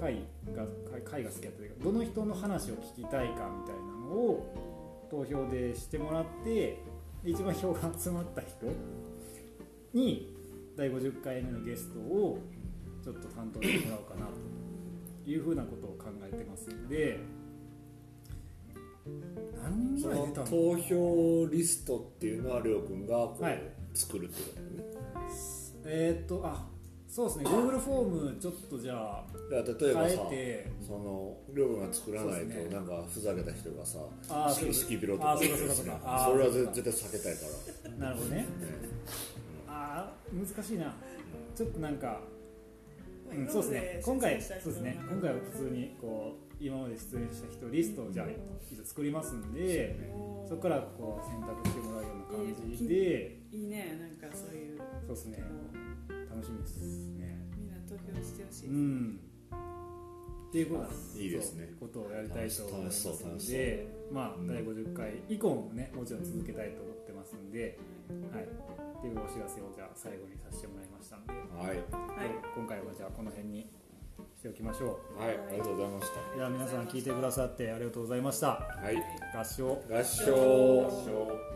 A: 回が回回が好きやったというかどの人の話を聞きたいかみたいなのを投票でしてもらってで一番票が集まった人に第50回目のゲストをちょっと担当してもらおうかなというふうなことを考えてますんで何人
B: そ
A: ぐらい
B: の
A: 出たの
B: 投票リストっていうのはりょうくんがこ
A: はいう
B: 作るってことだよね
A: えーっとあそうですね Google フォームちょっとじゃあ
B: だから例えばさ
A: 変え
B: そのりょうくんが作らない
A: そうですね
B: となんかふざけた人がさ
A: あー
B: 好
A: そう
B: き
A: です
B: 好きピロと
A: あ
B: か
A: ー
B: す
A: そう
B: る
A: かそうかそう
B: やつね
A: かあー
B: それは
A: そうか
B: 絶対避けたいから
A: てなるほどね
B: ね
A: あー難しいなちょっとなんかうん、
C: まあ
A: そうですね。今
C: 今ま
A: 回、
C: で
A: そう
C: 出演
A: ですね。今回は普通にこう今まで出演した人リストをじゃあ一応作りますんで、そこからこう選択してもらうような感じで、
C: いいねなんかそういう
A: そうですね
C: こ。
A: 楽しみですね。
C: うみんな投票してほし
A: う
C: い
A: ん。っていうこと
B: いいですね
A: そうことをやりたいと思います
B: 楽しそう楽
A: の
B: しそう
A: で、まあ
B: うん
A: 第50回以降もね、もちろん続けたいと思ってますんで、はい。っていうお知らせをじゃあ最後にさせてもらいましたんで、
B: はい
C: はい
A: 今回はじゃあこの辺にしておきましょ
B: はい、ありがとうございまし
A: うでは皆さん聞いてくださってありがとうございました
B: た。はい、
A: 合唱
B: 合唱。
C: 合唱